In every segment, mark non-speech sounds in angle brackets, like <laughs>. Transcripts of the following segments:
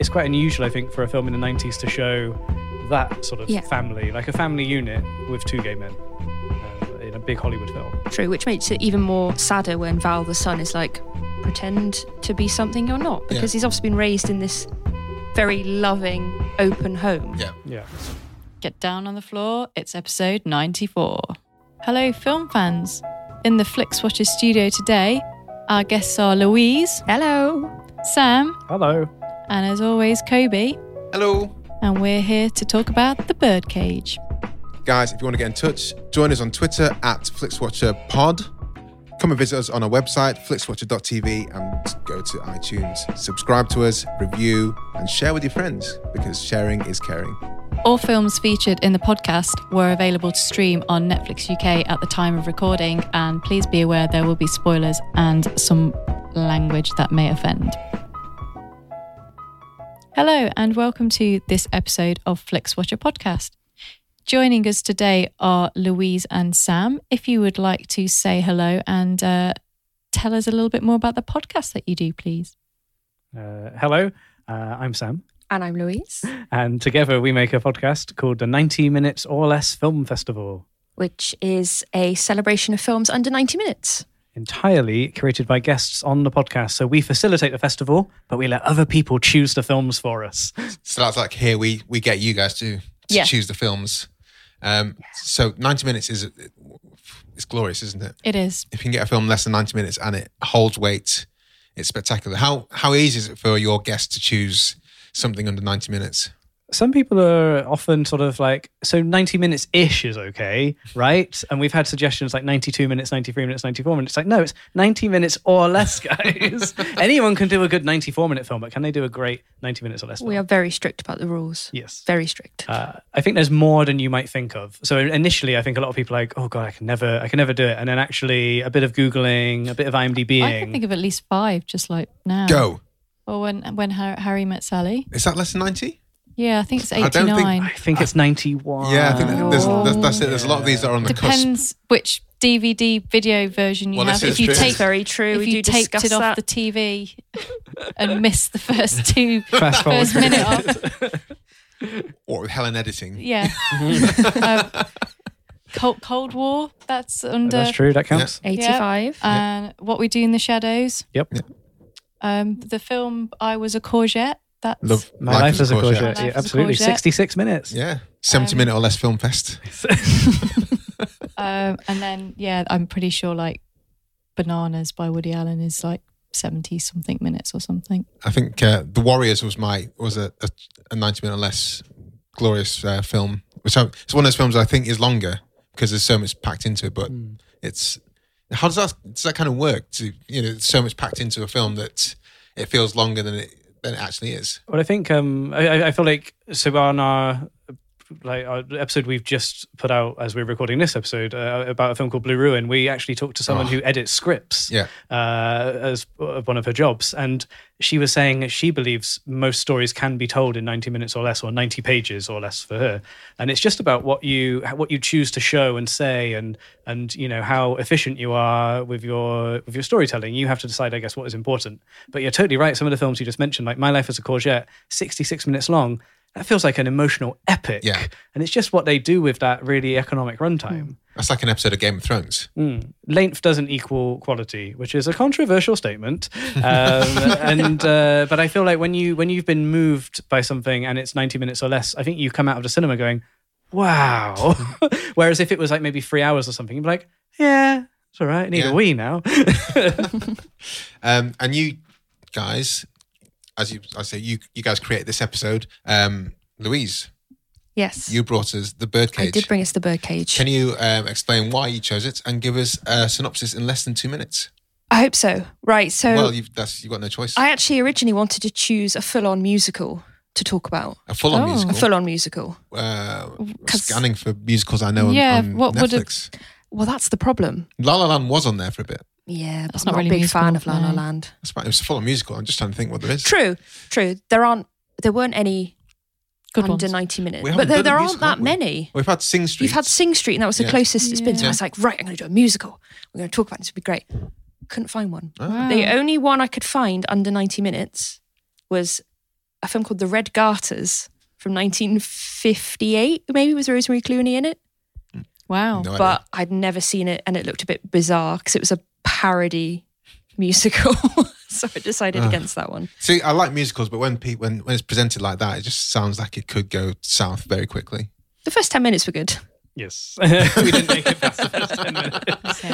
It's quite unusual, I think, for a film in the 90s to show that sort of Yeah. family, like a family unit with two gay men uh, in a big Hollywood film. True, which makes it even more sadder when Val the son is like, pretend to be something you're not, because he's obviously been raised in this very loving, open home. Yeah. Yeah. Get down on the floor. It's episode 94. Hello, film fans. In the Flix Watchers studio today, our guests are Louise, Hello. Sam, Hello. and as always, Kobe. Hello. And we're here to talk about The Birdcage. Guys, if you want to get in touch, join us on Twitter at FlixWatcherPod. Come and visit us on our website, flixwatcher.tv, and go to iTunes. Subscribe to us, review, and share with your friends because sharing is caring. All films featured in the podcast were available to stream on Netflix UK at the time of recording, and please be aware there will be spoilers and some language that may offend. Hello, and welcome to this episode of Flix Watcher Podcast. Joining us today are Louise and Sam. If you would like to say hello and uh, tell us a little bit more about the podcast that you do, please. Uh, hello. Uh, I'm Sam. And I'm Louise, And together we make a podcast called the 90 Minutes or Less Film Festival, which is a celebration of films under 90 minutes. entirely created by guests on the podcast. So we facilitate the festival, but we let other people choose the films for us. So that's like here we we get you guys to, to Yeah. choose the films. Um, so 90 minutes is it's glorious, isn't it? It is. If you can get a film less than 90 minutes and it holds weight, it's spectacular. How how easy is it for your guests to choose something under 90 minutes? some people are often sort of like so 90 minutes ish is okay right and we've had suggestions like 92 minutes 93 minutes 94 minutes like no it's 90 minutes or less <laughs> guys anyone can do a good 94 minute film but can they do a great 90 minutes or less film? We are very strict about the rules. yes Very strict. uh, I think there's more than you might think of. So initially, I think a lot of people are like, oh god, I can never, I can never do it. And then actually, a bit of googling, a bit of IMDbing. I can think of at least five just like now. Go. Or when, when Har- Harry met Sally. Is that less than 90? Yeah, I think it's I don't think- 89. I think it's 91. Yeah, I think that, there's, Oh. there's, that's it. There's a lot of these that are on the cusp. Depends which DVD video version you Well, have. this If is you true. take very true. if we you do taped discuss it that. off the TV and missed the first <laughs> two Fast Oh, forward. first minute off, Or with Helen editing. yeah. Mm-hmm. um, Cold, Cold War, that's Oh, under. That's true. That counts. 85. And What We Do in the Shadows, Yep. um, the film I Was a Courgette. That's Love, My life, is a courgette. Life Yeah, is a absolutely. courgette. 66 minutes. Yeah. 70 Um, minute or less film fest. um, and then yeah, I'm pretty sure like Bananas by Woody Allen is like seventy something minutes or something. I think uh, The Warriors was my was a, a, a 90 minute or less glorious uh, film, which I, it's one of those films I think is longer because there's so much packed into it. But Hmm. it's how does that does that kind of work? To you know, so much packed into a film that it feels longer than it than it actually is. Well, I think um, I, I- I feel like so on our like our episode we've just put out as we're recording this episode uh, about a film called Blue Ruin. We actually talked to someone Oh. who edits scripts Yeah. uh, as one of her jobs, and she was saying that she believes most stories can be told in ninety minutes or less, or ninety pages or less for her. And it's just about what you what you choose to show and say, and and you know how efficient you are with your with your storytelling. You have to decide, I guess, what is important. But you're totally right. Some of the films you just mentioned, like My Life as a Courgette, sixty six minutes long. That feels like an emotional epic, Yeah. and it's just what they do with that really economic runtime. That's like an episode of Game of Thrones. Mm. Length doesn't equal quality, which is a controversial statement. Um, and uh, but I feel like when you when you've been moved by something and it's ninety minutes or less, I think you come out of the cinema going, "Wow." Whereas if it was like maybe three hours or something, you'd be like, "Yeah, it's all right. I need Yeah. a wee now." Um, and you guys, as you I say, you you guys create this episode. Um, Louise, Yes. You brought us the birdcage. I did bring us the birdcage. Can you um, explain why you chose it and give us a synopsis in less than two minutes? I hope so. Right. So well, you've, that's, you've got no choice. Oh. I actually originally wanted to choose a full on musical to talk about. a full-on Oh. musical. A full on musical. uh, 'Cause- scanning for musicals I know on, Yeah, on what would it- Netflix. Well, that's the problem. La La Land was on there for a bit. Yeah, but That's I'm not not really a big musical, fan of La La no. Land. That's about, it was a full-on musical. I'm just trying to think what there is. True, true. There aren't, there weren't any Good under ones. 90 minutes, We but haven't there, done a there aren't musical, have that we? many. We've had Sing Street. You've had Sing Street, and that was the Yeah. closest it's been to. Yeah. I was like, right, I'm going to do a musical. We're going to talk about this. It'd be great. Couldn't find one. Ah. Wow. The only one I could find under 90 minutes was a film called The Red Garters from 1958. Maybe with Rosemary Clooney in it, Wow. No idea. but I'd never seen it, and it looked a bit bizarre because it was a parody musical. <laughs> so I decided against that one. See, I like musicals, but when pe- when when it's presented like that, it just sounds like it could go south very quickly. The first 10 minutes were good. <laughs> Yes, we didn't make it past the first ten minutes.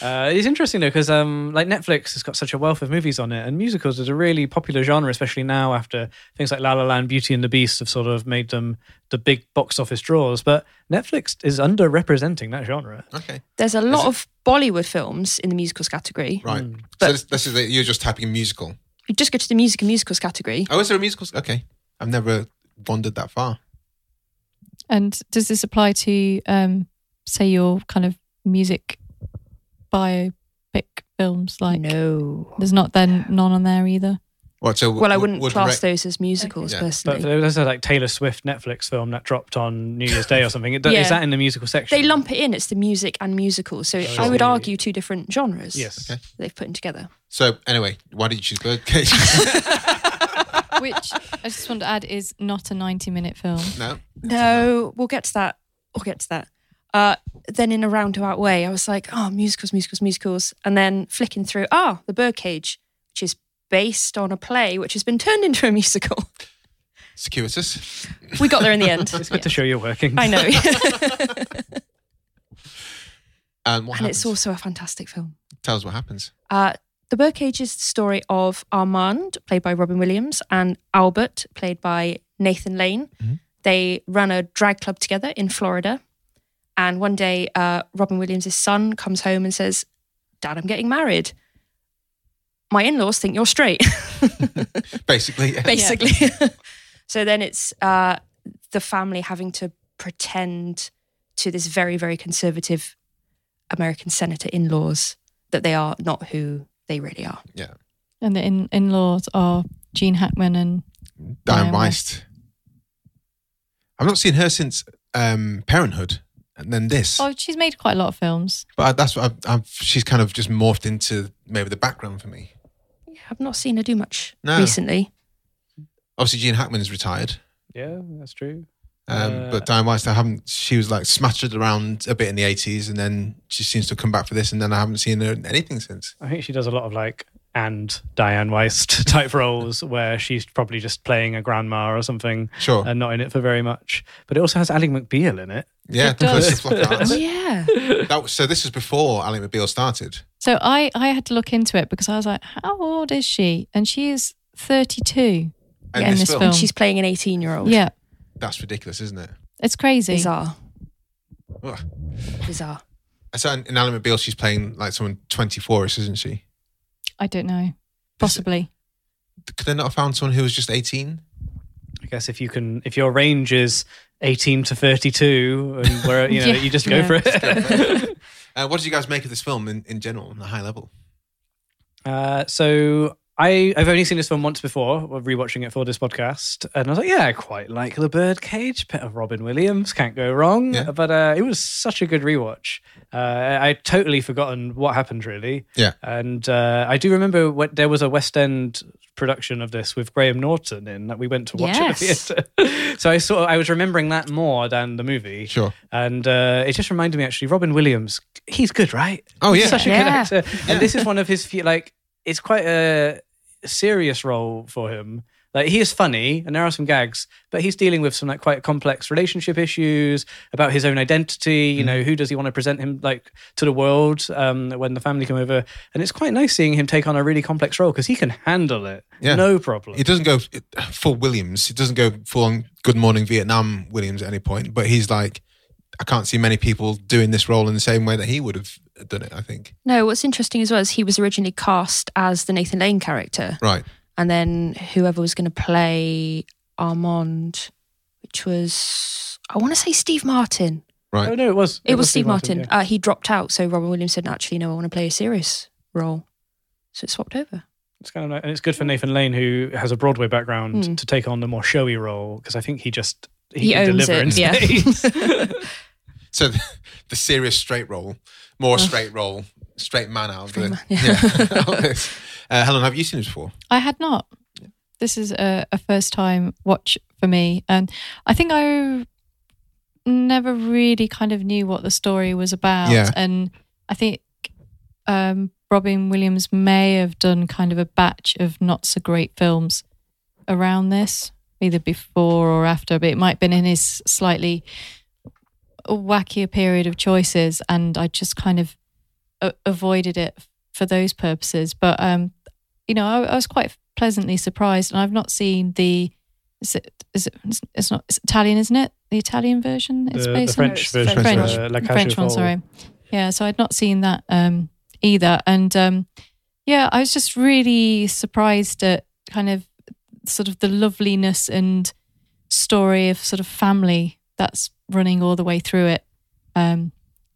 Uh, it's interesting though, because um, like Netflix has got such a wealth of movies on it, and musicals is a really popular genre, especially now after things like La La Land, Beauty and the Beast have sort of made them the big box office draws. But Netflix is underrepresenting that genre. Okay, There's a lot of Bollywood films in the musicals category. right. so But- this, this is the, you're just typing musical. You just go to the music and musicals category. Oh, is there a musical? Okay, I've never wandered that far. And does this apply to, um, say, your kind of music biopic films? Like, no. there's not then none on there either. What? So w- Well, I w- wouldn't would class rec- those as musicals Yeah. But personally. there's a like Taylor Swift Netflix film that dropped on New Year's Day or something. It- Yeah. Is that in the musical section? they lump it in. It's the music and musicals. So I would argue two different genres. Yes. Okay. that They've put in together. So anyway, why did you choose <laughs> Birdcage? Which I just want to add is not a 90 minute film. no, No, we'll get to that. We'll get to that. Uh, then in a roundabout way, I was like, oh, musicals, musicals, musicals. And then flicking through, ah, The Birdcage, which is based on a play which has been turned into a <laughs> musical. circuitous. We got there in the end. <laughs> It's good to show you're working. I know. And Um, <laughs> what and happens? it's also a fantastic film. Tell us what happens. <laughs> Uh, the Birdcage is the story of Armand, played by Robin Williams, and Albert, played by Nathan Lane. They run a drag club together in Florida. And one day, uh, Robin Williams' son comes home and says, Dad, I'm getting married. My in laws think you're straight, <laughs> Basically, yeah. basically. <laughs> so then it's uh, the family having to pretend to this very, very conservative American senator in laws that they are not who they really are. yeah. <laughs> And the in in laws are Gene Hackman and Diane Diane Weist. I've not seen her since um, Parenthood, and then this. oh, she's made quite a lot of films. But I, that's what I've, I've, she's kind of just morphed into maybe the background for me. I've not seen her do much No. recently. Obviously, Gene Hackman is retired, Yeah, that's true. um, Uh, but Diane Weist, I haven't. She was like smattered around a bit in the eighties, and then she seems to have come back for this, and then I haven't seen her in anything since. I think she does a lot of like and Diane Weist <laughs> type roles where she's probably just playing a grandma or something Sure, and not in it for very much. But it also has Ali McBeal in it. yeah. It does. Calista Flockhart. <laughs> yeah. that was, so this was before Alec McBeal started. So I I had to look into it because I was like, how old is she? And she is 32. And Yeah, in this film. She's playing an 18 year old. Yeah, that's ridiculous, isn't it? it's crazy. Bizarre. Ugh. Bizarre. So in, in Alec McBeal, she's playing like someone twenty-four-ish, isn't she? I don't know. Possibly. Could they not have found someone who was just eighteen? I guess if you can, if your range is 18 to 32 and where, you know, <laughs> Yeah. you just go Yeah. for it. Uh, what did you guys make of this film in, in general, on a high level? uh, so I, I've only seen this film once before, we're rewatching it for this podcast. And I was like, yeah, I quite like The Birdcage, bit of Robin Williams, can't go wrong. Yeah. But uh, it was such a good rewatch. Uh, I- I'd totally forgotten what happened really. Yeah. And uh, I do remember what, there was a West End production of this with Graham Norton in that we went to watch at Yes. the theatre. <laughs> so I sort of, I was remembering that more than the movie. Sure. And uh, it just reminded me actually, Robin Williams, he's good, right? Oh, He's yeah. such a Yeah. good actor. And this is one of his few, like, it's quite a serious role for him. Like he is funny, and there are some gags, but he's dealing with some like quite complex relationship issues about his own identity. Mm. You know, who does he want to present him like to the world um, when the family come over? And it's quite nice seeing him take on a really complex role because he can handle it, Yeah. no problem. It doesn't go it, full Williams. It doesn't go full on Good Morning Vietnam Williams at any point. But he's like, I can't see many people doing this role in the same way that he would have done it. I think. No, what's interesting as well is he was originally cast as the Nathan Lane character, Right. and then whoever was going to play Armand, which was I want to say Steve Martin. Right. oh no, it was It, was, Steve Martin. yeah. Uh, he dropped out, so Robin Williams said, "Actually, no, I want to play a serious role," so it swapped over. It's kind of nice. and it's good for Nathan Lane, who has a Broadway background, to take on the more showy role because I think he just he, Mm. He can owns deliver in it, yeah. spades. So <laughs> the, the serious straight roll, more straight roll, straight man out of it. man, yeah. <laughs> uh, Helen, have you seen it before? I had not. This is a, a first time watch for me. And I think I never really kind of knew what the story was about. Yeah. And I think um, Robin Williams may have done kind of a batch of not so great films around this, either before or after, but it might have been in his slightly wackier period of choices. And I just kind of a- avoided it for those purposes. But um, you know, I, I was quite pleasantly surprised, and I've not seen the. Is it? Is it? It's not. It's Italian, isn't it? The Italian version. It's The- the based French on version, French, uh, La the Cage aux French one. Folles. Sorry. Yeah, so I'd not seen that um, either, and um, yeah, I was just really surprised at kind of sort of the loveliness and story of sort of family that's running all the way through it um,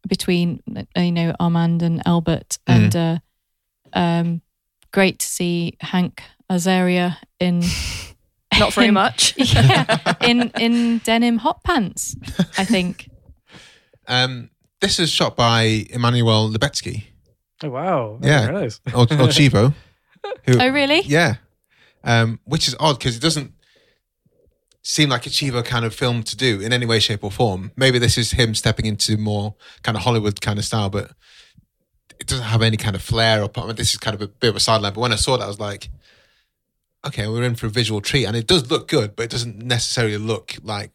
between uh, you know Armand and Albert, and uh, um, great to see Hank Azaria in <laughs> <laughs> Not very much. yeah in in denim hot pants. I think Um, this is shot by Emmanuel Lebetsky oh wow! I Yeah. didn't realise. or, or Chivo. Who, oh really <laughs> Yeah. Um, which is odd because it doesn't seem like a Chivo kind of film to do in any way, shape, or form. Maybe this is him stepping into more kind of Hollywood kind of style, but it doesn't have any kind of flair or. I mean, this is kind of a bit of a sideline, but when I saw that, I was like, okay, we're in for a visual treat. And it does look good, but it doesn't necessarily look like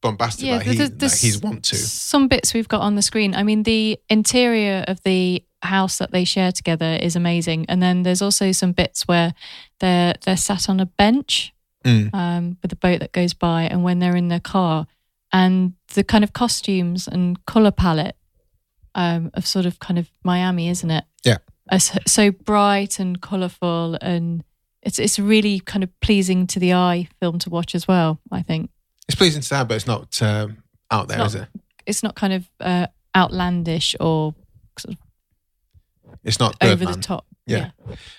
bombastic like, he, there's- like there's he's want to. Some bits we've got on the screen. I mean, the interior of the house that they share together is amazing, and then there's also some bits where they're they're sat on a bench Mm. um, with a boat that goes by, and when they're in their car, and the kind of costumes and color palette um, of sort of kind of Miami, isn't it? Yeah. Are so, so bright and colorful and. It's, it's really kind of pleasing to the eye film to watch as well, I think. It's pleasing to that, but it's not um, out there, not- is it? it's not kind of uh, outlandish or It's not over Birdman. the top. Yeah.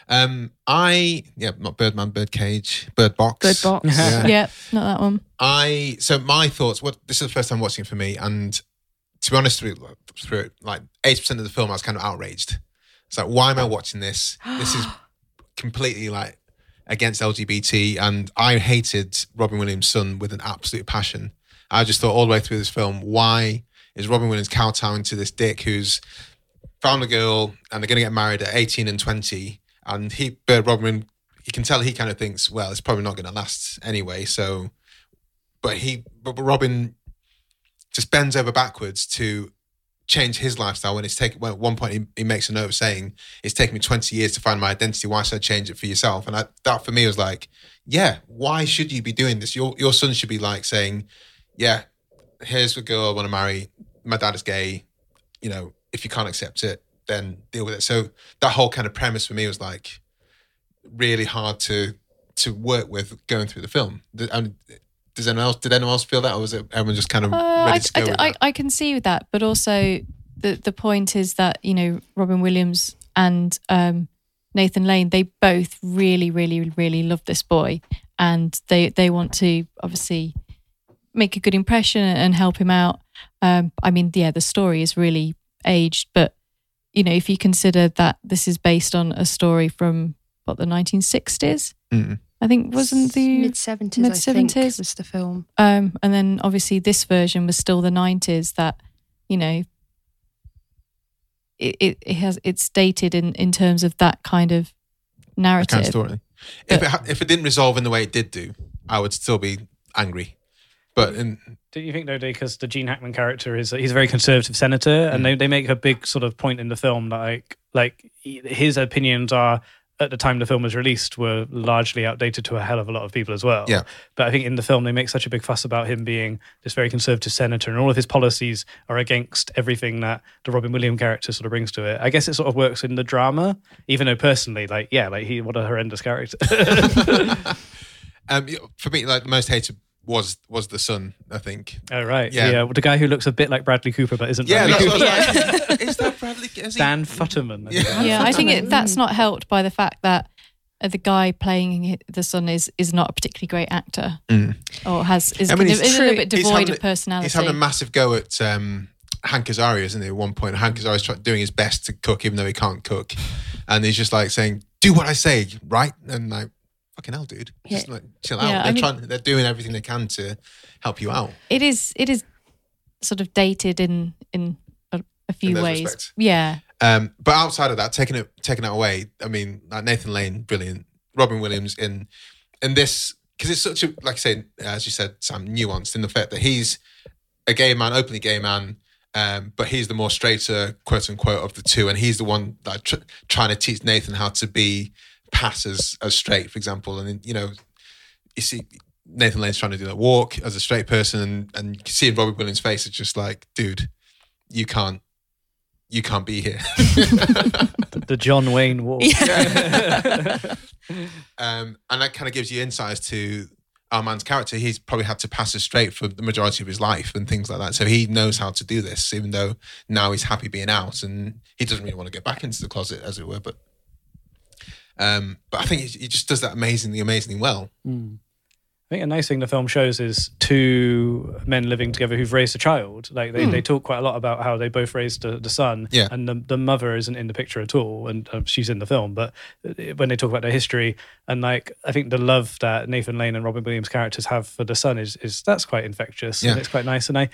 Um, I yeah, not Birdman, Birdcage, Bird Box. Bird box. yeah, Yeah. Yeah, not that one. I so my thoughts. What this is the first time watching it for me, and to be honest, through through it, like eighty percent of the film, I was kind of outraged. It's like, why am I watching this? This is completely like against LGBT, and I hated Robin Williams' son with an absolute passion. I just thought all the way through this film, why is Robin Williams kowtowing to this dick who's found a girl and they're going to get married at 18 and 20 and he but robin you can tell he kind of thinks well it's probably not going to last anyway so but he but robin just bends over backwards to change his lifestyle when it's taken when at one point he, he makes a note saying it's taken me 20 years to find my identity why should i change it for yourself and I, that for me was like yeah why should you be doing this your your son should be like saying yeah here's the girl i want to marry my dad is gay you know, if you can't accept it, then deal with it. So that whole kind of premise for me was like really hard to to work with going through the film. Th- And does anyone else did anyone else feel that, or was it everyone just kind of Uh, ready I, to go? I, with I, that? I can see that, but also the the point is that you know Robin Williams and um, Nathan Lane they both really, really, really love this boy, and they they want to obviously make a good impression and help him out. Um, I mean, yeah, the story is really aged, but you know, if you consider that this is based on a story from what the 1960s, Mm. I think wasn't the mid seventies? Mid mid-seventies? seventies was the film. um, and then obviously this version was still the nineties. That you know, it, it, it has it's dated in in terms of that kind of That narrative. kind of story. If it ha- if it didn't resolve in the way it did do, I would still be angry. But in, Do you think though, because the Gene Hackman character is he's a very conservative senator, Mm. and they, they make a big sort of point in the film like like he- his opinions are at the time the film was released were largely outdated to a hell of a lot of people as well. Yeah. But I think in the film they make such a big fuss about him being this very conservative senator, and all of his policies are against everything that the Robin Williams character sort of brings to it. I guess it sort of works in the drama, even though personally, like yeah, like he what a horrendous character. <laughs> um, for me, like the most hated was was the son. I think. oh right, Yeah. yeah. the guy who looks a bit like Bradley Cooper but isn't. Yeah, Bradley that's Cooper. what I was like. <laughs> Is that Bradley? Is he- Dan Futterman. I think. Yeah. yeah, I think it, Mm. that's not helped by the fact that uh, the guy playing hi- the son is is not a particularly great actor Mm. or has is, I mean, is he's a little bit He's devoid having of personality. He's having a massive go at um, Hank Azaria, isn't he? At one point, Hank Azaria's try- doing his best to cook, even though he can't cook, and he's just like saying, "Do what I say, right?" And like, "Fucking hell, dude, just like chill out." Yeah, I they're mean- trying, they're doing everything they can to help you out. it is it is sort of dated in in a, a few those ways. respects. Yeah, Um, but outside of that, taking it taking it away, I mean, like Nathan Lane, brilliant. Robin Williams in in this because it's such a like I say, as you said, Sam, nuanced in the fact that he's a gay man, openly gay man, um, but he's the more straighter, quote unquote, of the two, and he's the one that tr- trying to teach Nathan how to be pass as as straight, for example, and you know, you see. Nathan Lane's trying to do that walk as a straight person, and, and you can see in Robin Williams' face, it's just like, dude, you can't, you can't be here. the John Wayne Wall. um, and that kind of gives you insights to our man's character. He's probably had to pass us straight for the majority of his life and things like that. So he knows how to do this, even though now he's happy being out and he doesn't really want to get back into the closet, as it were. But um, but I think he, he just does that amazingly, amazingly well. I think a nice thing the film shows is two men living together who've raised a child. Like they, they talk quite a lot about how they both raised the, the son, Hmm. Yeah. and the, the mother isn't in the picture at all, and um, she's in the film. But uh, when they talk about their history and like, I think the love that Nathan Lane and Robin Williams characters have for the son is is that's quite infectious Yeah. and it's quite nice. And I,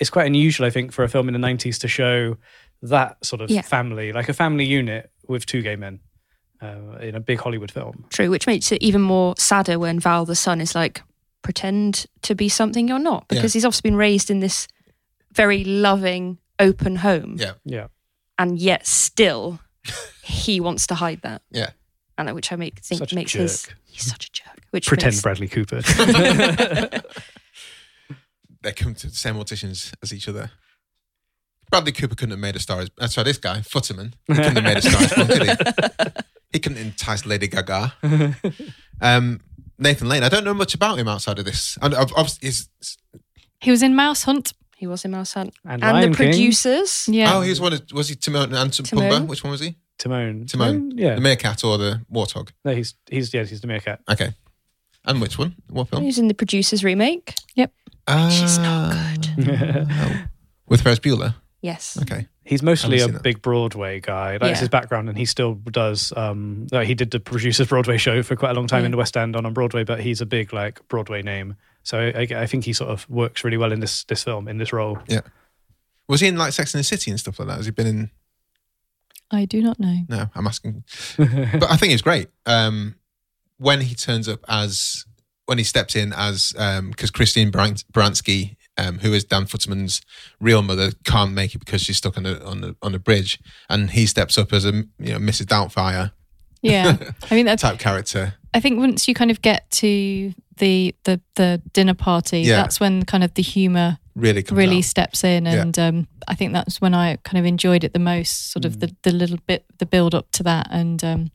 it's quite unusual, I think, for a film in the '90s to show that sort of Yeah. family, like a family unit with two gay men, uh, in a big Hollywood film. True, which makes it even more sadder when Val the son is like, pretend to be something you're not, because he's obviously been raised in this very loving, open home, Yeah, Yeah. and yet still he wants to hide that, yeah. and which I make think Such a makes his jerk. he's such a jerk, which Pretend makes, Bradley <laughs> Cooper. They come to the same auditions as each other. Bradley Cooper couldn't have made a star. Is, that's right. This guy Futterman he couldn't have made a star. Is Born, could he? he couldn't entice Lady Gaga. Um, Nathan Lane. I don't know much about him outside of this. And I've, I've, he's, he was in Mouse Hunt. he was in Mouse Hunt And and, Lion the King. producers. Yeah, Oh, he was one of was he Timon and Tum- Timon. Pumbaa? Which one was he? Timon. Timon. Yeah. The meerkat or the warthog? No, he's he's yeah, he's the meerkat. Okay. And which one? What He film? was in the producers remake. She's not good. With Ferris Bueller. Yes, Okay. He's mostly Haven't a seen that. big Broadway guy. That's Yeah. his background, and he still does. Um, like he did the producers Broadway show for quite a long time in the West End on on Broadway, but he's a big like Broadway name. So I, I think he sort of works really well in this this film in this role. Yeah. Was he in like Sex and the City and stuff like that? Has he been in? I do not <laughs> know. No, I'm asking. but I think he's great. Um, when he turns up as when he steps in as because Christine Bran- Baranski, um, who is Dan Futterman's real mother, can't make it because she's stuck on a on a, on a bridge, and he steps up as a you know Mrs. Doubtfire Yeah, I mean that's type character. I think once you kind of get to the the the dinner party, Yeah. that's when kind of the humor Really, comes really out. steps in, Yeah. and um, I think that's when I kind of enjoyed it the most. Sort of Mm. the the little bit the build up to that, and um,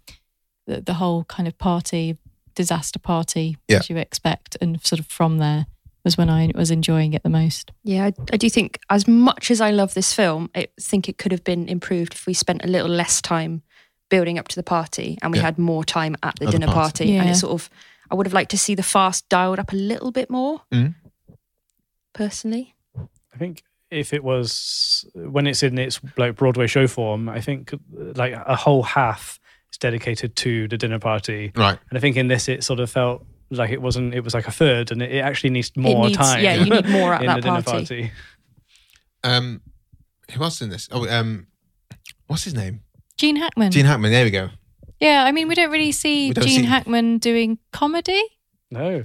the the whole kind of party disaster party Yeah. as you expect, and sort of from there was when I was enjoying it the most. yeah, I, I do think as much as I love this film, I think it could have been improved if we spent a little less time building up to the party and we Yeah. had more time at the At the dinner party. party. And Yeah. it sort of, I would have liked to see the fast dialed up a little bit more. Mhm. Personally, I think if it was when it's in its like Broadway show form, I think like a whole half is dedicated to the dinner party. right. And I think in this, it sort of felt like it wasn't. It was like a third, and it, it actually needs more needs- time. yeah, you <laughs> need more at in that the dinner party. party. Um, who else in this? Oh, um, what's his name? Gene Hackman. Gene Hackman. There we go. Yeah, I mean, we don't really see We don't Gene see- Hackman doing comedy. No.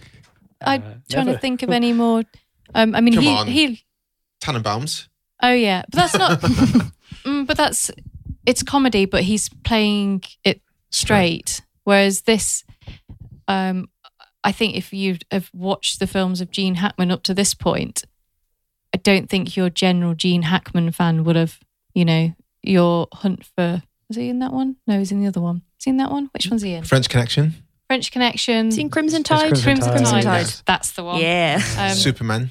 I'm Uh, trying never. to think of any more. Um, I mean, Come he, on. he. Tannenbaums. Oh yeah, but that's <laughs> not. mm, but that's it's comedy, but he's playing it straight. Whereas this, um, I think if you have watched the films of Gene Hackman up to this point, I don't think your general Gene Hackman fan would have, you know, your hunt for. Was he in that one? No, he's in the other one. He's in that one. Which one's he in? French Connection. French Connection. Seen Crimson Yes, Tide? Crimson Mm. Crimson Tide. Tide. Tide. That's the one. Yeah. Um, Superman.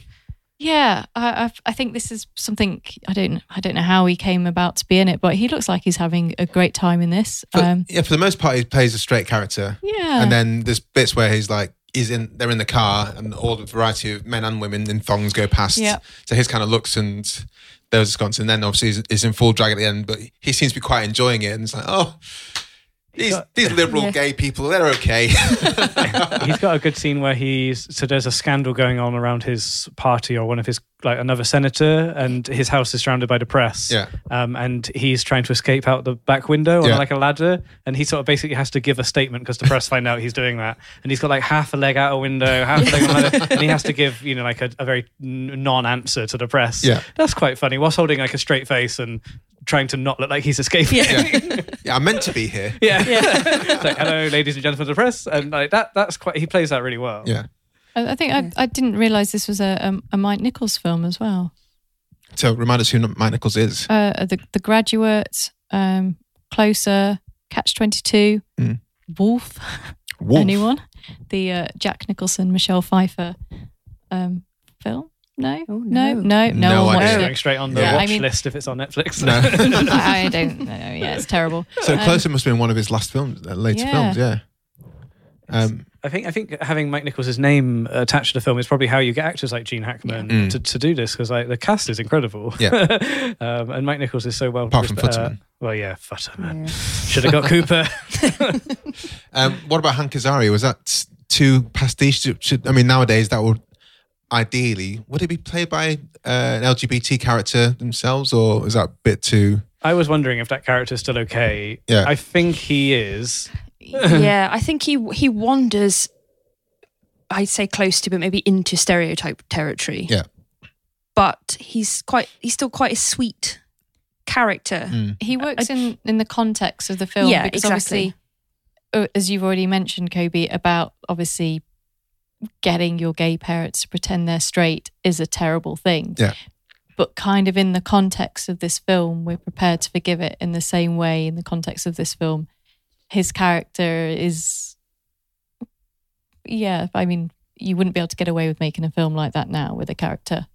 yeah, I, I've, I think this is something I don't I don't know how he came about to be in it, but he looks like he's having a great time in this. For, um, yeah, for the most part, he plays a straight character. yeah, And then there's bits where he's like, he's in, they're in the car, and all the variety of men and women in thongs go past. Yeah. So his kind of looks and those sconce, and then obviously he's, he's in full drag at the end, but he seems to be quite enjoying it. And it's like, oh, these these liberal gay people, they're okay. <laughs> he's got a good scene where he's so there's a scandal going on around his party or one of his like another senator and his house is surrounded by the press Yeah. um, and he's trying to escape out the back window on Yeah. like a ladder and he sort of basically has to give a statement because the press find out he's doing that and he's got like half a leg out a window half a leg on a ladder and he has to give you know like a, a very n- non-answer to the press Yeah. that's quite funny whilst holding like a straight face and trying to not look like he's escaping yeah, I'm meant to be here. <laughs> yeah, It's like hello ladies and gentlemen of the press and like that that's quite he plays that really well Yeah. I, I think I, I didn't realize this was a um, a Mike Nichols film as well. So remind us who Mike Nichols is. Uh, the The Graduate, um, Closer, Catch Twenty Two, Mm. Wolf, Wolf. anyone? The uh, Jack Nicholson, Michelle Pfeiffer um, film? No, Oh, no. no, no, no, No one idea. watched going it. straight on the Yeah. watch I mean- list if it's on Netflix. <laughs> No. I, I don't know. Yeah, it's terrible. So Um, Closer must have been one of his last films, uh, later Yeah. films, yeah. Um, <laughs> I think I think having Mike Nichols' name attached to the film is probably how you get actors like Gene Hackman Yeah. Mm. to, to do this because like the cast is incredible. Yeah. <laughs> um, and Mike Nichols is so well. Apart from respe- uh, Futterman. well, yeah, Futterman. <laughs> Should have got Cooper. um, what about Hank Azaria? Was that too pastiche? Should, should- I mean, nowadays that would ideally would it be played by uh, an LGBT character themselves, or is that a bit too? I was wondering if that character's still okay. Yeah. I think he is. <laughs> yeah, I think he he wanders. I'd say close to, but maybe into stereotype territory. Yeah. But he's quite he's still quite a sweet character. he works in in the context of the film Uh, Yeah, because exactly. obviously uh, as you've already mentioned kobe about obviously getting your gay parents to pretend they're straight is a terrible thing Yeah. but kind of in the context of this film we're prepared to forgive it in the same way in the context of this film his character is yeah i mean you wouldn't be able to get away with making a film like that now with a character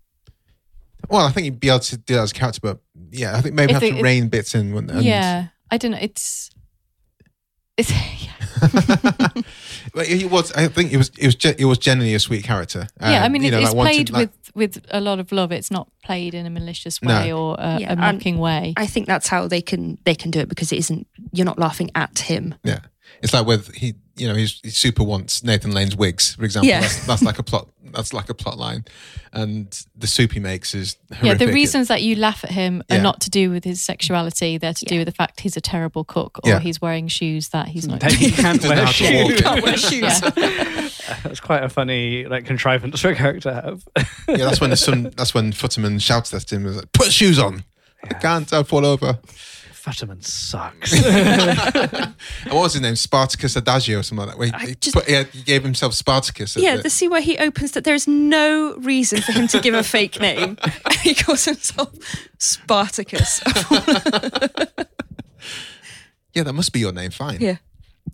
Well, I think you'd be able to do that as a character, but yeah, I think maybe If have it- to rein bits in. wouldn't it? And- yeah i don't know it's it's <laughs> yeah. but he was. I think it was. It was. Ge- it was generally a sweet character. yeah, I Um, mean, you it- know, it's like wanted- played like- with with a lot of love. It's not played in a malicious No. way or a, Yeah, a and- mocking way. I think that's how they can they can do it because it isn't you're not laughing at him. Yeah, it's like with he. You know, he's, he super wants Nathan Lane's wigs, for example. Yeah. That's, that's like a plot. That's like a plot line, and the soup he makes is yeah, horrific. the reasons that you laugh at him are Yeah. not to do with his sexuality. They're to do with the fact he's a terrible cook or Yeah. he's wearing shoes that he's <laughs> not. That he <laughs> can't Doesn't wear know how to walk. shoes. <laughs> Can't <laughs> That's quite a funny like contrivance for a character to have. <laughs> yeah, that's when the son. That's when Futterman shouts at him, he's like, "Put shoes on! I can't. I'll fall over." Futterman sucks. And what was his name? Spartacus Adagio or something like that. Where he, he just- put, yeah, he gave himself Spartacus. at Yeah, the- the scene where he opens that there is no reason for him to give a fake name. <laughs> he calls himself Spartacus. <laughs> yeah, that must be your name. Fine. yeah.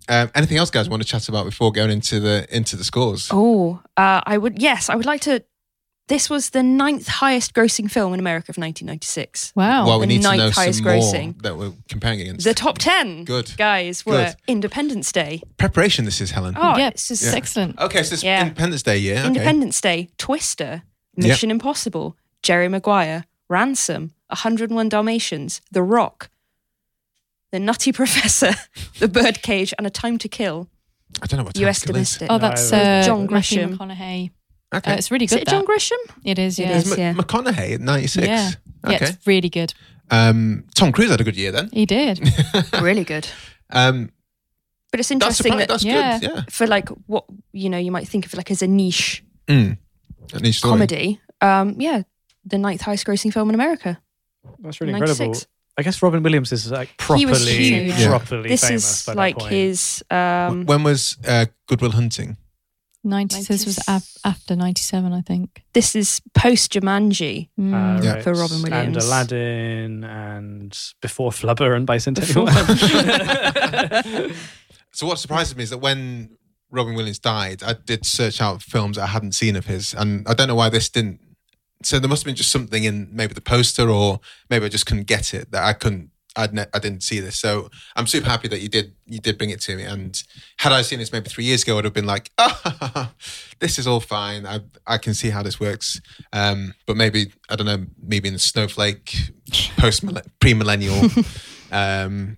Um, anything else, guys? Want to chat about before going into the into the scores? Oh, uh, I would. Yes, I would like to. This was the ninth highest grossing film in America of 1996. Wow. well, we the need to know ninth some highest more grossing. that we're comparing against. The top ten Good. guys were Good. Independence Day. Preparation. This is Helen. Oh, yeah, it's just it's excellent. Okay, so it's Oh. Yeah. Independence Day, yeah. Okay. Independence Day, Twister, Yep. Mission Impossible, Jerry Maguire, Ransom, 101 Dalmatians, The Rock, The Nutty Professor, <laughs> The Birdcage, and A Time to Kill. I don't know what US Task Hill is. Domestic. Oh, that's No, uh, John Matthew Grisham. McConaughey. Uh, Okay. it's really Is good. it John that. Grisham? <laughs> It is. It Yeah. is. It's yeah. M- McConaughey at 96. Yeah. Okay. Yeah, it's really good. <laughs> um, Tom Cruise had a good year then. He did. really good. Um, But it's That's, interesting surpri- that that's Yeah. good. Yeah. for like what you know you might think of like as a niche Mm. That needs story. comedy. Um, yeah, the ninth highest grossing film in America. That's really 96. incredible. I guess Robin Williams is like properly, He was huge. Yeah. properly This famous is by like that point. his. W- Um, when was uh, Goodwill Hunting? 90, this was af- after 97, I think. this is post Jumanji. Mm. Uh, Yeah. right. For Robin and Williams. Aladdin, and before Flubber and Bicentennial. Before- <laughs> <laughs> Man. So what surprises me is that when Robin Williams died, I did search out films I hadn't seen of his, and I don't know why this didn't. So there must have been just something in maybe the poster, or maybe I just couldn't get it that I couldn't. I'd ne- I didn't see this, so I'm super happy that you did. You did bring it to me, and had I seen this maybe three years ago, I'd have been like, "Ah, <laughs> this is all fine. I I can see how this works." Um, but maybe I don't know. Me being a snowflake, post pre millennial, um,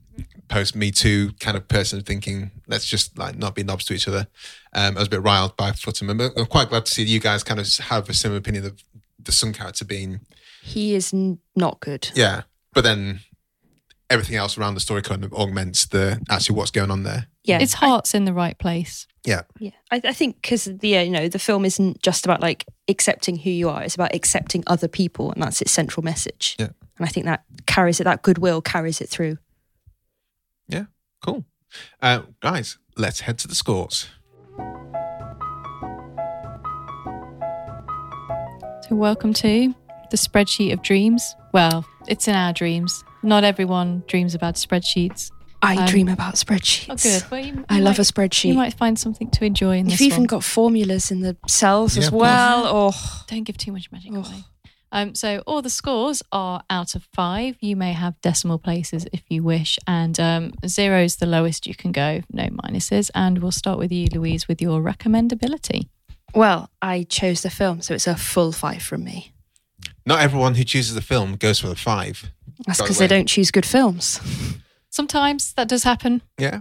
post Me Too kind of person thinking, let's just like not be knobs to each other. Um, I was a bit riled by Futterman, but I'm quite glad to see that you guys kind of have a similar opinion of the Sun character being, He is n- not good. yeah. But then everything else around the story kind of augments the actually what's going on there. Yeah, His heart's in the right place. Yeah. Yeah, I, I think because the yeah, you know the film isn't just about like accepting who you are; it's about accepting other people, and that's its central message. Yeah. and I think that carries it. That goodwill carries it through. Yeah. Cool. Uh, guys, let's head to the scores. So, welcome to the spreadsheet of dreams. Well, it's in our dreams. Not everyone dreams about spreadsheets. I Um, dream about spreadsheets. Oh, good. Well, you- I you love a might- You spreadsheet. might find something to enjoy in this You've even one. got formulas in the cells Yeah. as well. Oh, Don't give too much magic Ugh. away. Um, so all the scores are out of five. You may have decimal places if you wish, and um, zero is the lowest you can go. No minuses, and we'll start with you, Louise, with your recommendability. well, I chose the film, so it's a full five from me. Not everyone who chooses the film goes for the five. That's By the because they way- don't choose good films. Sometimes that does happen. Yeah.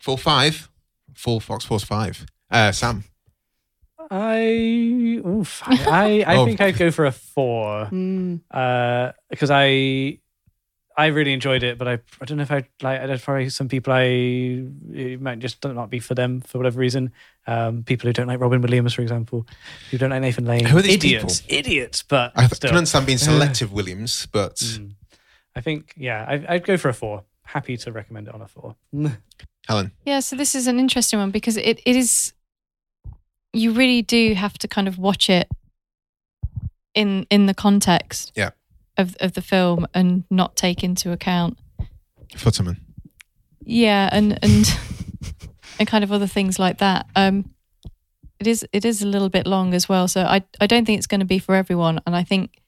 Full five. Full Fox Force five. Uh, Sam. I, oof, I, I, I Oh. think I'd go for a <laughs> four Mm. because I, I really enjoyed it, but I, I don't know if I like. I'd probably some people I it might just not be for them for whatever reason. Um, people who don't like Robin Williams, for example, who don't like Nathan Lane. Who are these idiots? Idiots, but I th- still. can <laughs> understand being selective, Williams, but Mm. I think yeah, I, I'd go for a four. Happy to recommend it on a four. Mm. Helen. Yeah, so this is an interesting one because it, it is you really do have to kind of watch it in in the context Yeah. of, of the film and not take into account Futterman. yeah and and <laughs> and kind of other things like that um it is it is a little bit long as well so i i don't think it's going to be for everyone and i think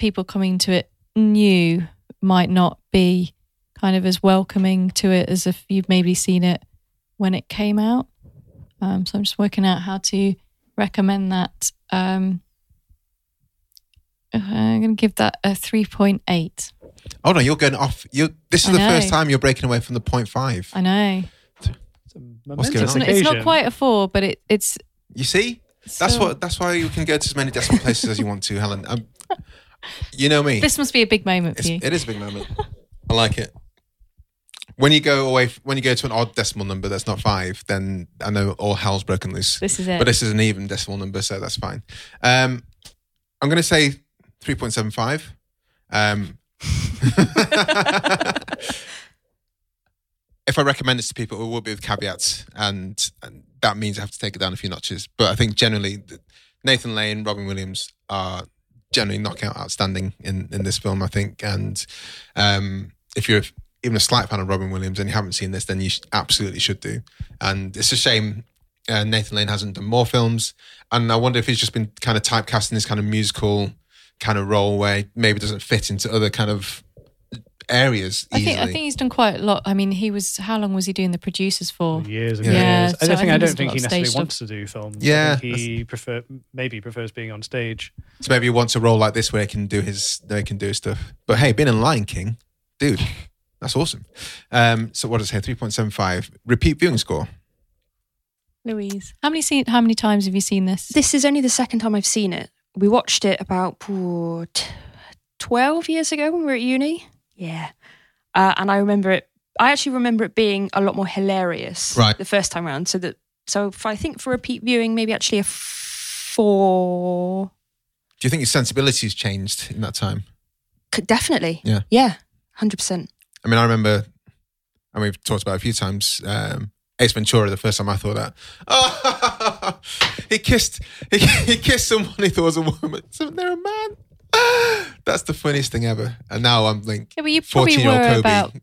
people coming to it new might not be kind of as welcoming to it as if you've maybe seen it when it came out um so i'm just working out how to recommend that um uh, i'm going to give that a 3.8 Oh no, you're going off. You. This is I the know. first time you're breaking away from the point five. i know It's a What's momentous going it's on? not, it's not occasion. quite a four but it it's You see, that's So- what. That's why you can go to as many decimal places as you want to, Helen. Um, you know me. This must be a big moment for It's, you. it is a big moment. I like it. When you go away, f- when you go to an odd decimal number that's not five, then I know all hell's broken loose. This is it. But this is an even decimal number, so that's fine. Um, I'm going to say 3.75. <laughs> Um, if I recommend this to people, it will be with caveats, and, and that means I have to take it down a few notches. But I think generally, th- Nathan Lane, Robin Williams are generally knockout outstanding in, in this film, I think. And um, if you're even a slight fan of Robin Williams and you haven't seen this, then you sh- absolutely should do. And it's a shame uh, Nathan Lane hasn't done more films. And I wonder if he's just been kind of typecast in this kind of musical kind of role where he maybe doesn't fit into other kind of areas I easily. think I think he's done quite a lot. I mean, he was how long was he doing the producers for? years and Yeah. Yeah, years. I, so I don't think, think I there's don't think a lot he of necessarily stage wants to do films. I Yeah, think he prefer maybe prefers being on stage. so maybe he wants a role like this where he can do his where he can do his stuff. But hey, being in Lion King, dude, that's awesome. Um, so what does it say? Three point seven five. Repeat viewing score. Louise, how many seen? How many times have you seen this? This is only the second time I've seen it. We watched it about phew, t- 12 years ago when we were at uni. Yeah. Uh, and I remember it I actually remember it being a lot more hilarious Right. the first time around. So that so if I think for repeat viewing, maybe actually a four, Do you think your sensibilities changed in that time? c- definitely. Yeah. yeah, hundred percent. I mean, I remember, and we've talked about it a few times. Um, Ace Ventura. The first time I thought that, oh, <laughs> he kissed, he, he kissed someone he thought was a woman. So they're a man. <gasps> That's the funniest thing ever. And now I'm like, Yeah, but you probably fourteen year old were Kobe.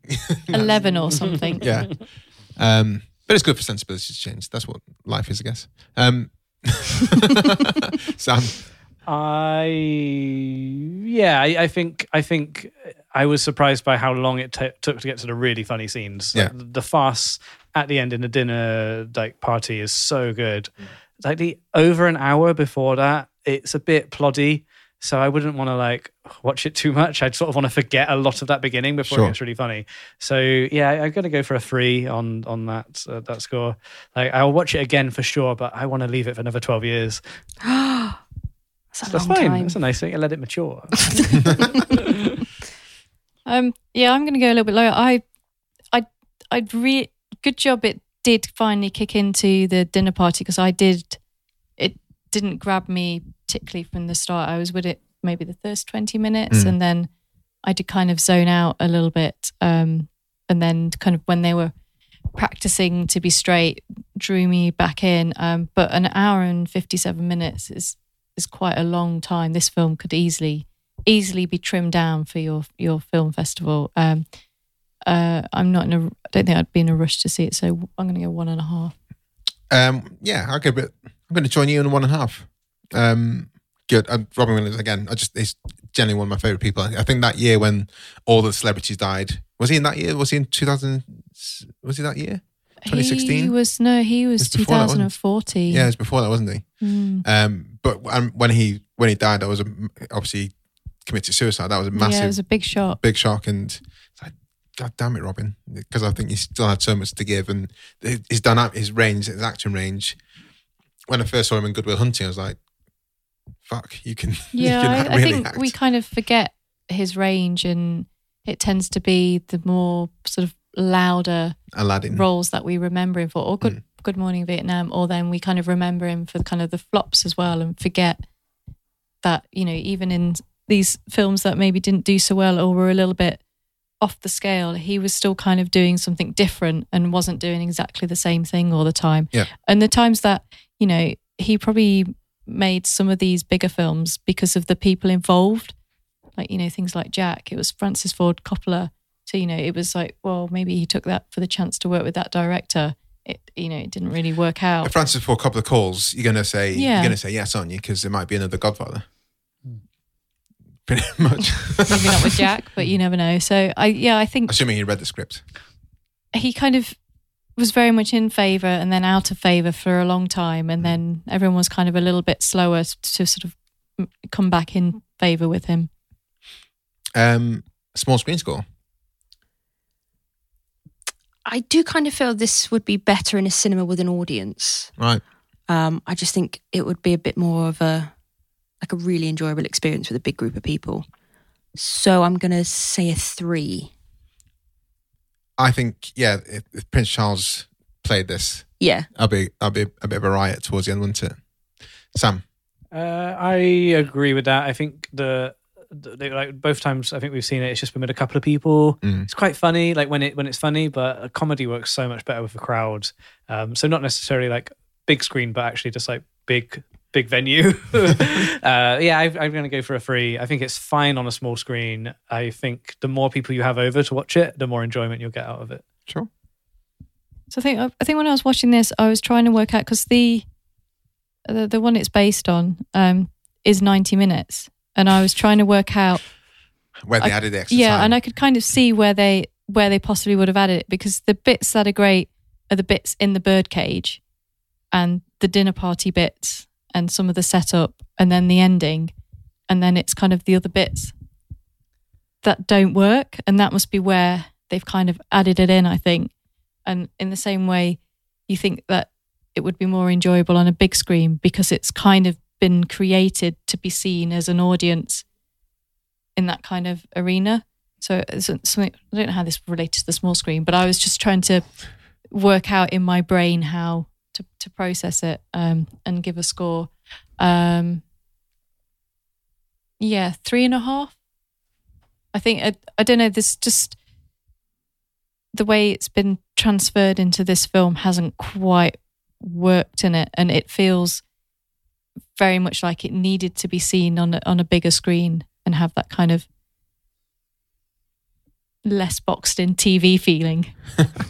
about <laughs> 11 or something. yeah. Um, but it's good for sensibilities to change. That's what life is, I guess. Um, <laughs> Sam, I yeah, I, I think I think I was surprised by how long it t- took to get to the really funny scenes. Like, Yeah. the, farce at the end in the dinner like party is so good. Mm. Like the over an hour before that, it's a bit ploddy. So I wouldn't want to like watch it too much. I'd sort of want to forget a lot of that beginning before Sure. it gets really funny. So yeah, I- I'm gonna go for a three on on that uh, that score. Like I'll watch it again for sure, but I want to leave it for another twelve years. That's a That's long fine. time. That's a nice thing. I let it mature. Um, yeah, I'm going to go a little bit lower. I, I, I re- good job. It did finally kick into the dinner party because I did. It didn't grab me particularly from the start. I was with it maybe the first 20 minutes, and then I did kind of zone out a little bit. Um, and then kind of when they were practicing to be straight, drew me back in. Um, but an hour and 57 minutes is is quite a long time. This film could easily easily be trimmed down for your your film festival. Um, uh, I'm not in a. I don't think I'd be in a rush to see it, so I'm going to go one and a half. Um, yeah, okay, but I'm going to join you in one and a half. Um, good. Um, Robin Williams again. I just he's generally one of my favorite people. I think that year when all the celebrities died, was he in that year? Was he in 2000? Was he that year? 2016? He was no, he was It's before that, wasn't it? 2014. Yeah, it was before that, wasn't he? Mm. Um, but um, when he when he died, that was a, obviously committed suicide. That was a massive, yeah, it was a big shot. big shock, and it's like, God damn it, Robin, because I think he still had so much to give, and his dynamic, his range, his action range. When I first saw him in Goodwill Hunting, I was like, "Fuck, you can." <laughs> Yeah, <laughs> you can I, act- I really think act. we kind of forget his range, and it tends to be the more sort of louder Aladdin. roles that we remember him for, or Good Good Morning Vietnam, or then we kind of remember him for kind of the flops as well, and forget that you know even in these films that maybe didn't do so well or were a little bit off the scale, he was still kind of doing something different and wasn't doing exactly the same thing all the time. Yeah. And the times that you know he probably made some of these bigger films because of the people involved, like you know things like Jack. It was Francis Ford Coppola. So you know, it was like, well, maybe he took that for the chance to work with that director. It you know, it didn't really work out. If Francis for a couple of calls, you're gonna say Yeah. you're gonna say yes, aren't you? Because there might be another Godfather. Pretty <laughs> much. Maybe not with Jack, but you never know. So I yeah, I think <laughs> Assuming he read the script. he kind of was very much in favor and then out of favor for a long time, and then everyone was kind of a little bit slower to, to sort of mm, come back in favor with him. Um, small screen score. I do kind of feel this would be better in a cinema with an audience. Right. Um, I just think it would be a bit more of a like a really enjoyable experience with a big group of people. So I'm gonna say a three. I think yeah, if, if Prince Charles played this, Yeah, I'll be I'll be a bit of a riot towards the end, wouldn't it? Sam. <laughs> Uh, I agree with that. I think the, the they- like both times I think we've seen it. It's just been with a couple of people. It's quite funny, like when it when it's funny, but a comedy works so much better with a crowd. Um, so not necessarily like big screen, but actually just like big big venue. <laughs> uh, yeah, I, I'm going to go for a three. I think it's fine on a small screen. I think the more people you have over to watch it, the more enjoyment you'll get out of it. Sure. So I think I think when I was watching this, I was trying to work out because the, the the one it's based on um, is ninety minutes, and I was trying to work out Where they I- added the extra yeah, time. and I could kind of see where they where they possibly would have added it because the bits that are great are the bits in the birdcage, and the dinner party bits, and some of the setup, and then the ending, and then it's kind of the other bits that don't work, and that must be where they've kind of added it in, I think. And in the same way, you think that it would be more enjoyable on a big screen because it's kind of been created to be seen as an audience in that kind of arena. So it's something I don't know how this related to the small screen, but I was just trying to work out in my brain how to, to process it um, and give a score. Um, yeah, three and a half. I think I, I don't know. This just the way it's been transferred into this film hasn't quite worked in it, and it feels very much like it needed to be seen on a, on a bigger screen and have that kind of less boxed in TV <laughs> feeling.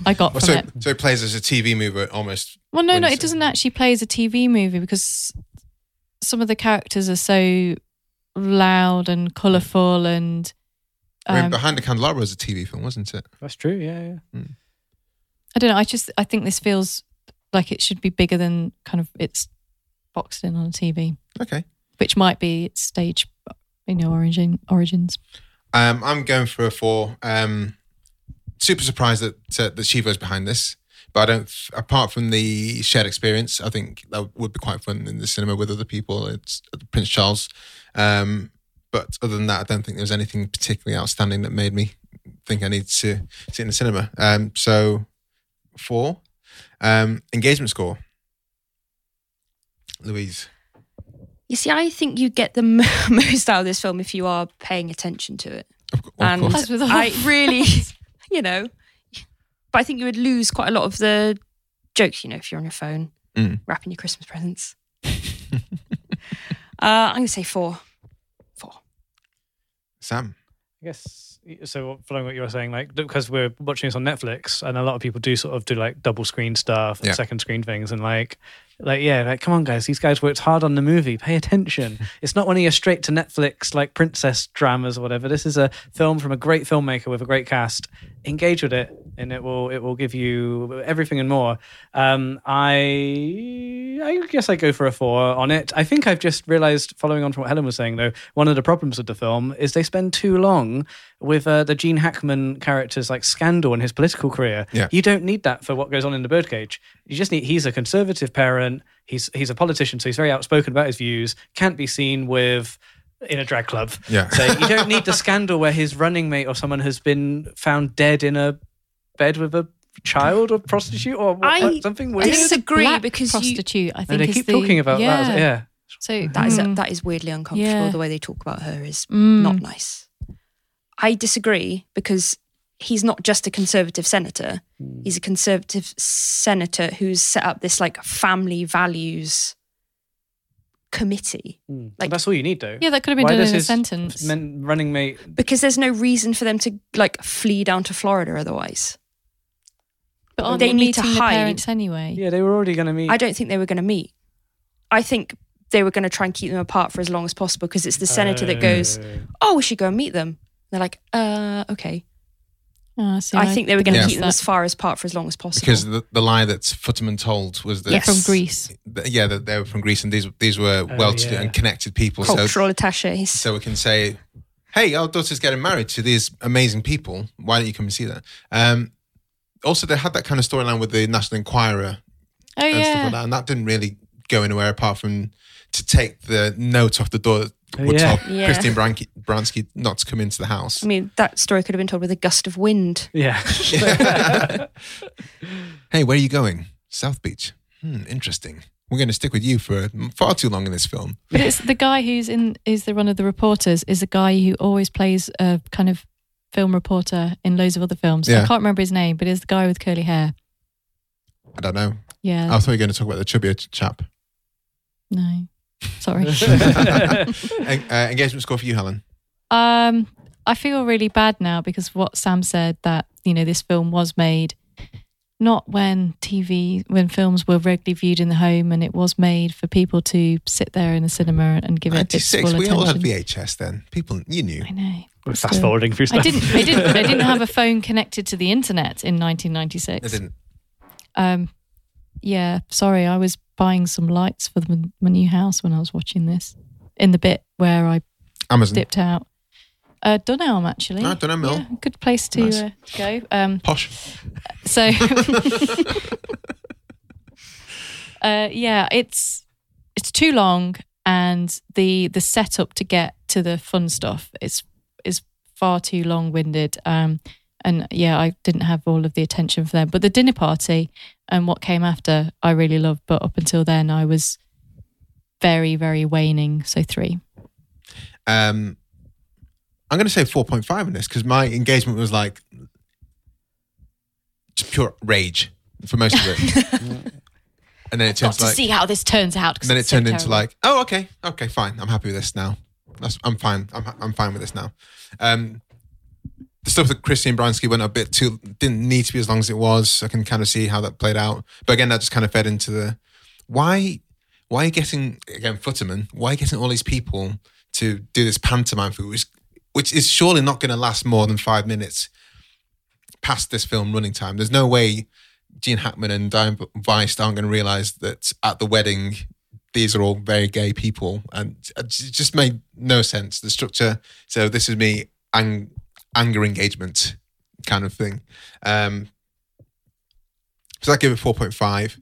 I got Well, from Oh, so, it. so it plays as a TV movie almost. Well, no, no, wouldn't it it? doesn't actually play as a TV movie because some of the characters are so loud and colourful and I mean, um, Behind the Candelabra was a TV film, wasn't it? That's true. Yeah, yeah. I don't know. I just I think this feels like it should be bigger than kind of it's boxed in on TV, Okay. which might be its stage, you know, origin origins. Um, I'm going for a four. Um, super surprised that uh, that Chivo's behind this, but I don't. f- Apart from the shared experience, I think that would be quite fun in the cinema with other people. It's at Prince Charles, um, but other than that, I don't think there was anything particularly outstanding that made me think I need to sit in the cinema. Um, so four. Um, engagement score. Louise. You see, I think you get the <laughs> mo- most out of this film if you are paying attention to it. Of, cou- of and course. As with all I really, <laughs> you know, but I think you would lose quite a lot of the jokes, you know, if you're on your phone Mm. wrapping your Christmas presents. <laughs> uh, I'm going to say four. Four. Sam. I guess so. Following what you were saying, like because we're watching this on Netflix, and a lot of people do sort of do like double screen stuff and Yeah. second screen things, and like, like yeah, like come on guys, these guys worked hard on the movie. Pay attention. it's not one of your straight to Netflix like princess dramas or whatever. This is a film from a great filmmaker with a great cast. Engage with it, and it will it will give you everything and more. Um, I I guess I go for a four on it. I think I've just realised, following on from what Helen was saying, though, one of the problems with the film is they spend too long with uh, the Gene Hackman characters like scandal in his political career. Yeah. You don't need that for what goes on in the birdcage. You just need he's a conservative parent. He's he's a politician, so he's very outspoken about his views. Can't be seen with in a drag club. Yeah. So you don't need the scandal where his running mate or someone has been found dead in a bed with a child or prostitute or what, I something I weird. think it's a disagree black because you- prostitute. I No, think they is keep the- talking about that. Yeah. So That is, mm, that is weirdly uncomfortable. Yeah. The way they talk about her is Mm. not nice. Hmm. I disagree because he's not just a conservative senator. He's a conservative senator who's set up this like family values committee Mm. Like- that's all you need, though. yeah, that could have been Why done does in a his sentence. Men, running mate. because there's no reason for them to like flee down to Florida otherwise. but aren't they need to meeting the hide. parents anyway? Yeah, they were already going to meet. I don't think they were going to meet. I think they were going to try and keep them apart for as long as possible because it's the senator that goes, Uh, "Oh, we should go and meet them." They're like, "Uh, okay." Oh, see, I think they were going to Yeah. keep them as far as apart for as long as possible. Because the, the lie that Futterman told was that They're from Greece. th- yeah, that they were from Greece, and these these were well-to-do Oh, yeah. and connected people. cultural So, attaches. so we can say, "Hey, our daughter's getting married to these amazing people. Why don't you come and see that?" Um, also, they had that kind of storyline with the National Enquirer Oh and stuff yeah. like that, and that didn't really go anywhere apart from to take the note off the door that would yeah. tell Yeah. Mm. Christian Bransky, Bransky not to come into the house. I mean, that story could have been told with a gust of wind. <laughs> yeah. Hey, where are you going? South Beach. Hmm, interesting. We're going to stick with you for far too long in this film. But it's the guy who's in is the one of the reporters is a guy who always plays a kind of film reporter in loads of other films. Yeah. I can't remember his name, but it's the guy with curly hair. I don't know. Yeah. I thought you were going to talk about the chubbier ch- chap. No. Sorry. En- uh, engagement score for you, Helen. um I feel really bad now because what Sam said that, you know, this film was made not when TV when films were regularly viewed in the home and it was made for people to sit there in the cinema and give it a bit full 96. We attention. all had VHS then. People, you knew. I know. We're Still. fast forwarding through stuff. I didn't I didn't I didn't have a phone connected to the internet in 1996. I didn't. Um, yeah, sorry, I was buying some lights for the, my new house when I was watching this. In the bit where I Amazon. dipped out, uh, Dunelm actually. Ah, Dunelm Mill. Yeah, good place to Nice. uh, go. Um, Posh. so, <laughs> uh, yeah, it's it's too long, and the the setup to get to the fun stuff is is far too long winded. Um, and yeah, I didn't have all of the attention for them. But the dinner party and what came after, I really loved. But up until then, I was very, very waning. So three. Um, I'm going to say 4.5 on this because my engagement was like just pure rage for most of it. <laughs> and then it Got turns to like, see how this turns out. 'cause and then it it's so turned into terrible. like, oh, okay, okay, fine. I'm happy with this now. That's, I'm fine. I'm, I'm fine with this now. Um, the stuff that Christian Bransky went a bit too didn't need to be as long as it was. I can kind of see how that played out. But again, that just kind of fed into the why. Why are you getting again Futterman? Why are you getting all these people to do this pantomime for which, which is surely not going to last more than five minutes past this film running time? There's no way Gene Hackman and Diane Weiss aren't going to realize that at the wedding these are all very gay people, and it j- just made no sense. The structure. So this is me ang- anger engagement kind of thing. Um, so that gave it four point five.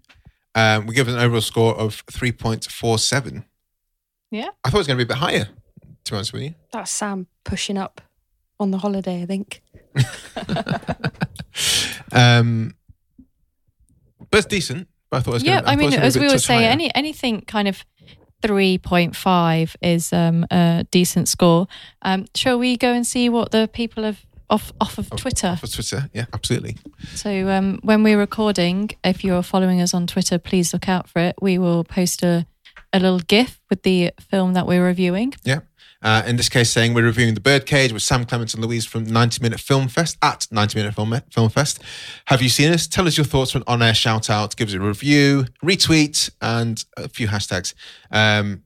Um, we give it an overall score of three point four seven. Yeah. I thought it was going to be a bit higher. To be honest with you, That's Sam pushing up on the holiday, I think. um, but it's decent. But I thought it was. yeah, gonna, I thought it mean, was gonna as be a we bit would touch say, higher. any anything kind of three point five is um, a decent score. Um, shall we go and see what the people have off off of Twitter? for Twitter, yeah, absolutely. So um, when we're recording, if you're following us on Twitter, please look out for it. We will post a a little GIF with the film that we're reviewing. Yeah. Uh, in this case, saying we're reviewing The Birdcage with Sam Clements and Louise from 90 Minute Film Fest at 90 Minute Film, Film Fest. Have you seen us? Tell us your thoughts for an on air shout out, give us a review, retweet, and a few hashtags. Um,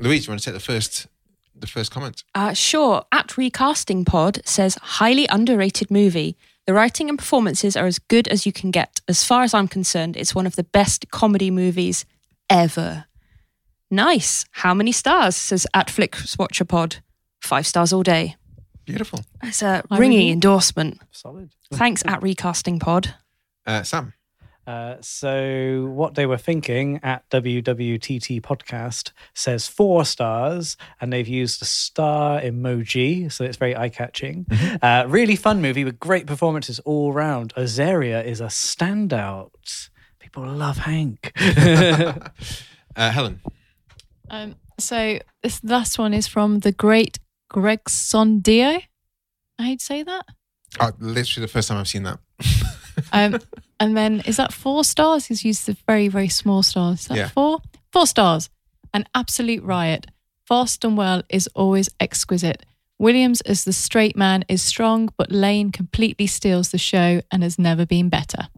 Louise, you want to take the first the first comment? Uh, sure, at Recasting Pod says highly underrated movie. The writing and performances are as good as you can get. As far as I'm concerned, it's one of the best comedy movies ever. Nice. How many stars? Says at Flix Watcher Pod. Five stars all day. Beautiful. It's a I ringing really- endorsement. Solid. Thanks at Recasting <laughs> Pod. Uh, Sam. Uh, so, what they were thinking at WWTT podcast says four stars, and they've used the star emoji, so it's very eye catching. Mm-hmm. Uh, really fun movie with great performances all round. Azaria is a standout. People love Hank. <laughs> Uh, Helen. Um, so this last one is from the great Greg Sondio. I'd say that. Oh, literally the first time I've seen that. Um, <laughs> and then is that four stars? He's used the very, very small stars. Is that Yeah. four? Four stars. An absolute riot. Fast and well is always exquisite. Williams as the straight man is strong, but Lane completely steals the show and has never been better.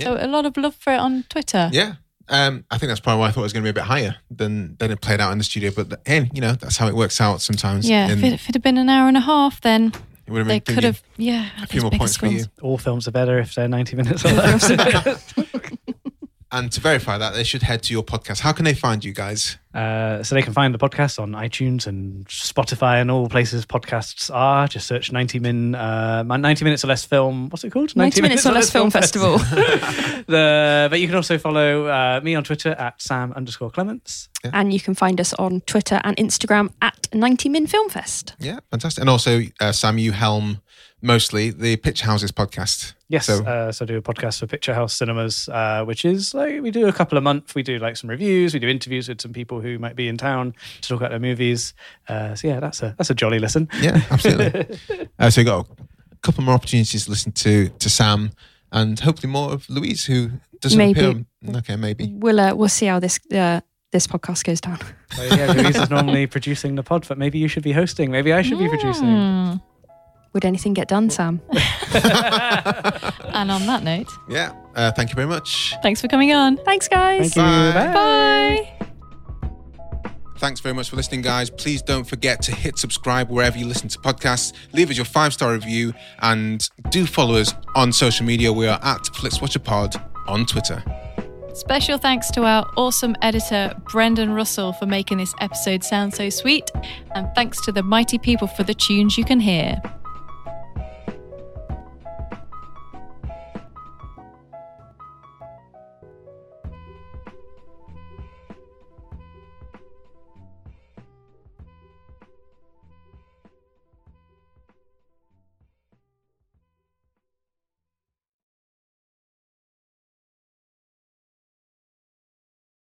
So a lot of love for it on Twitter. Yeah. Um, I think that's probably why I thought it was going to be a bit higher than, than it played out in the studio. But hey, you know, that's how it works out sometimes. Yeah, And if it, if it had been an hour and a half, then it would have they been could have, yeah, a few more points for you. all films are better if they're 90 minutes or <laughs> less. And to verify that, they should head to your podcast. How can they find you guys? Uh, so they can find the podcast on iTunes and Spotify and all places podcasts are. Just search 90 min, uh, 90 minutes or less film. What's it called? 90 Minutes or Less Film <laughs> Festival. the, but you can also follow uh, me on Twitter at Sam underscore Clements. and you can find us on Twitter and Instagram at 90min Filmfest. Yeah, fantastic. And also, uh, Sam, you helm mostly the Pitch Houses podcast. Yes, So, uh, so I do a podcast for Picture House Cinemas, uh, which is like we do a couple a month. We do like some reviews, we do interviews with some people who might be in town to talk about their movies. Uh, so yeah, that's a that's a jolly listen. yeah, absolutely. uh, so, you've got a couple more opportunities to listen to, to Sam and hopefully more of Louise, who doesn't Maybe. appear. Okay, maybe. We'll, uh, we'll see how this, uh, this podcast goes down. So yeah, Louise is normally producing the pod, but maybe you should be hosting. Maybe I should be producing. Mm. Would anything get done, Sam? And on that note, Yeah, uh, thank you very much. thanks for coming on. Thanks, guys. Thank you. Bye. Bye. Bye. Thanks very much for listening, guys. Please don't forget to hit subscribe wherever you listen to podcasts. Leave us your five star review and do follow us on social media. We are at FlitzWatcherPod on Twitter. Special thanks to our awesome editor, Brendan Russell, for making this episode sound so sweet. And thanks to the mighty people for the tunes you can hear.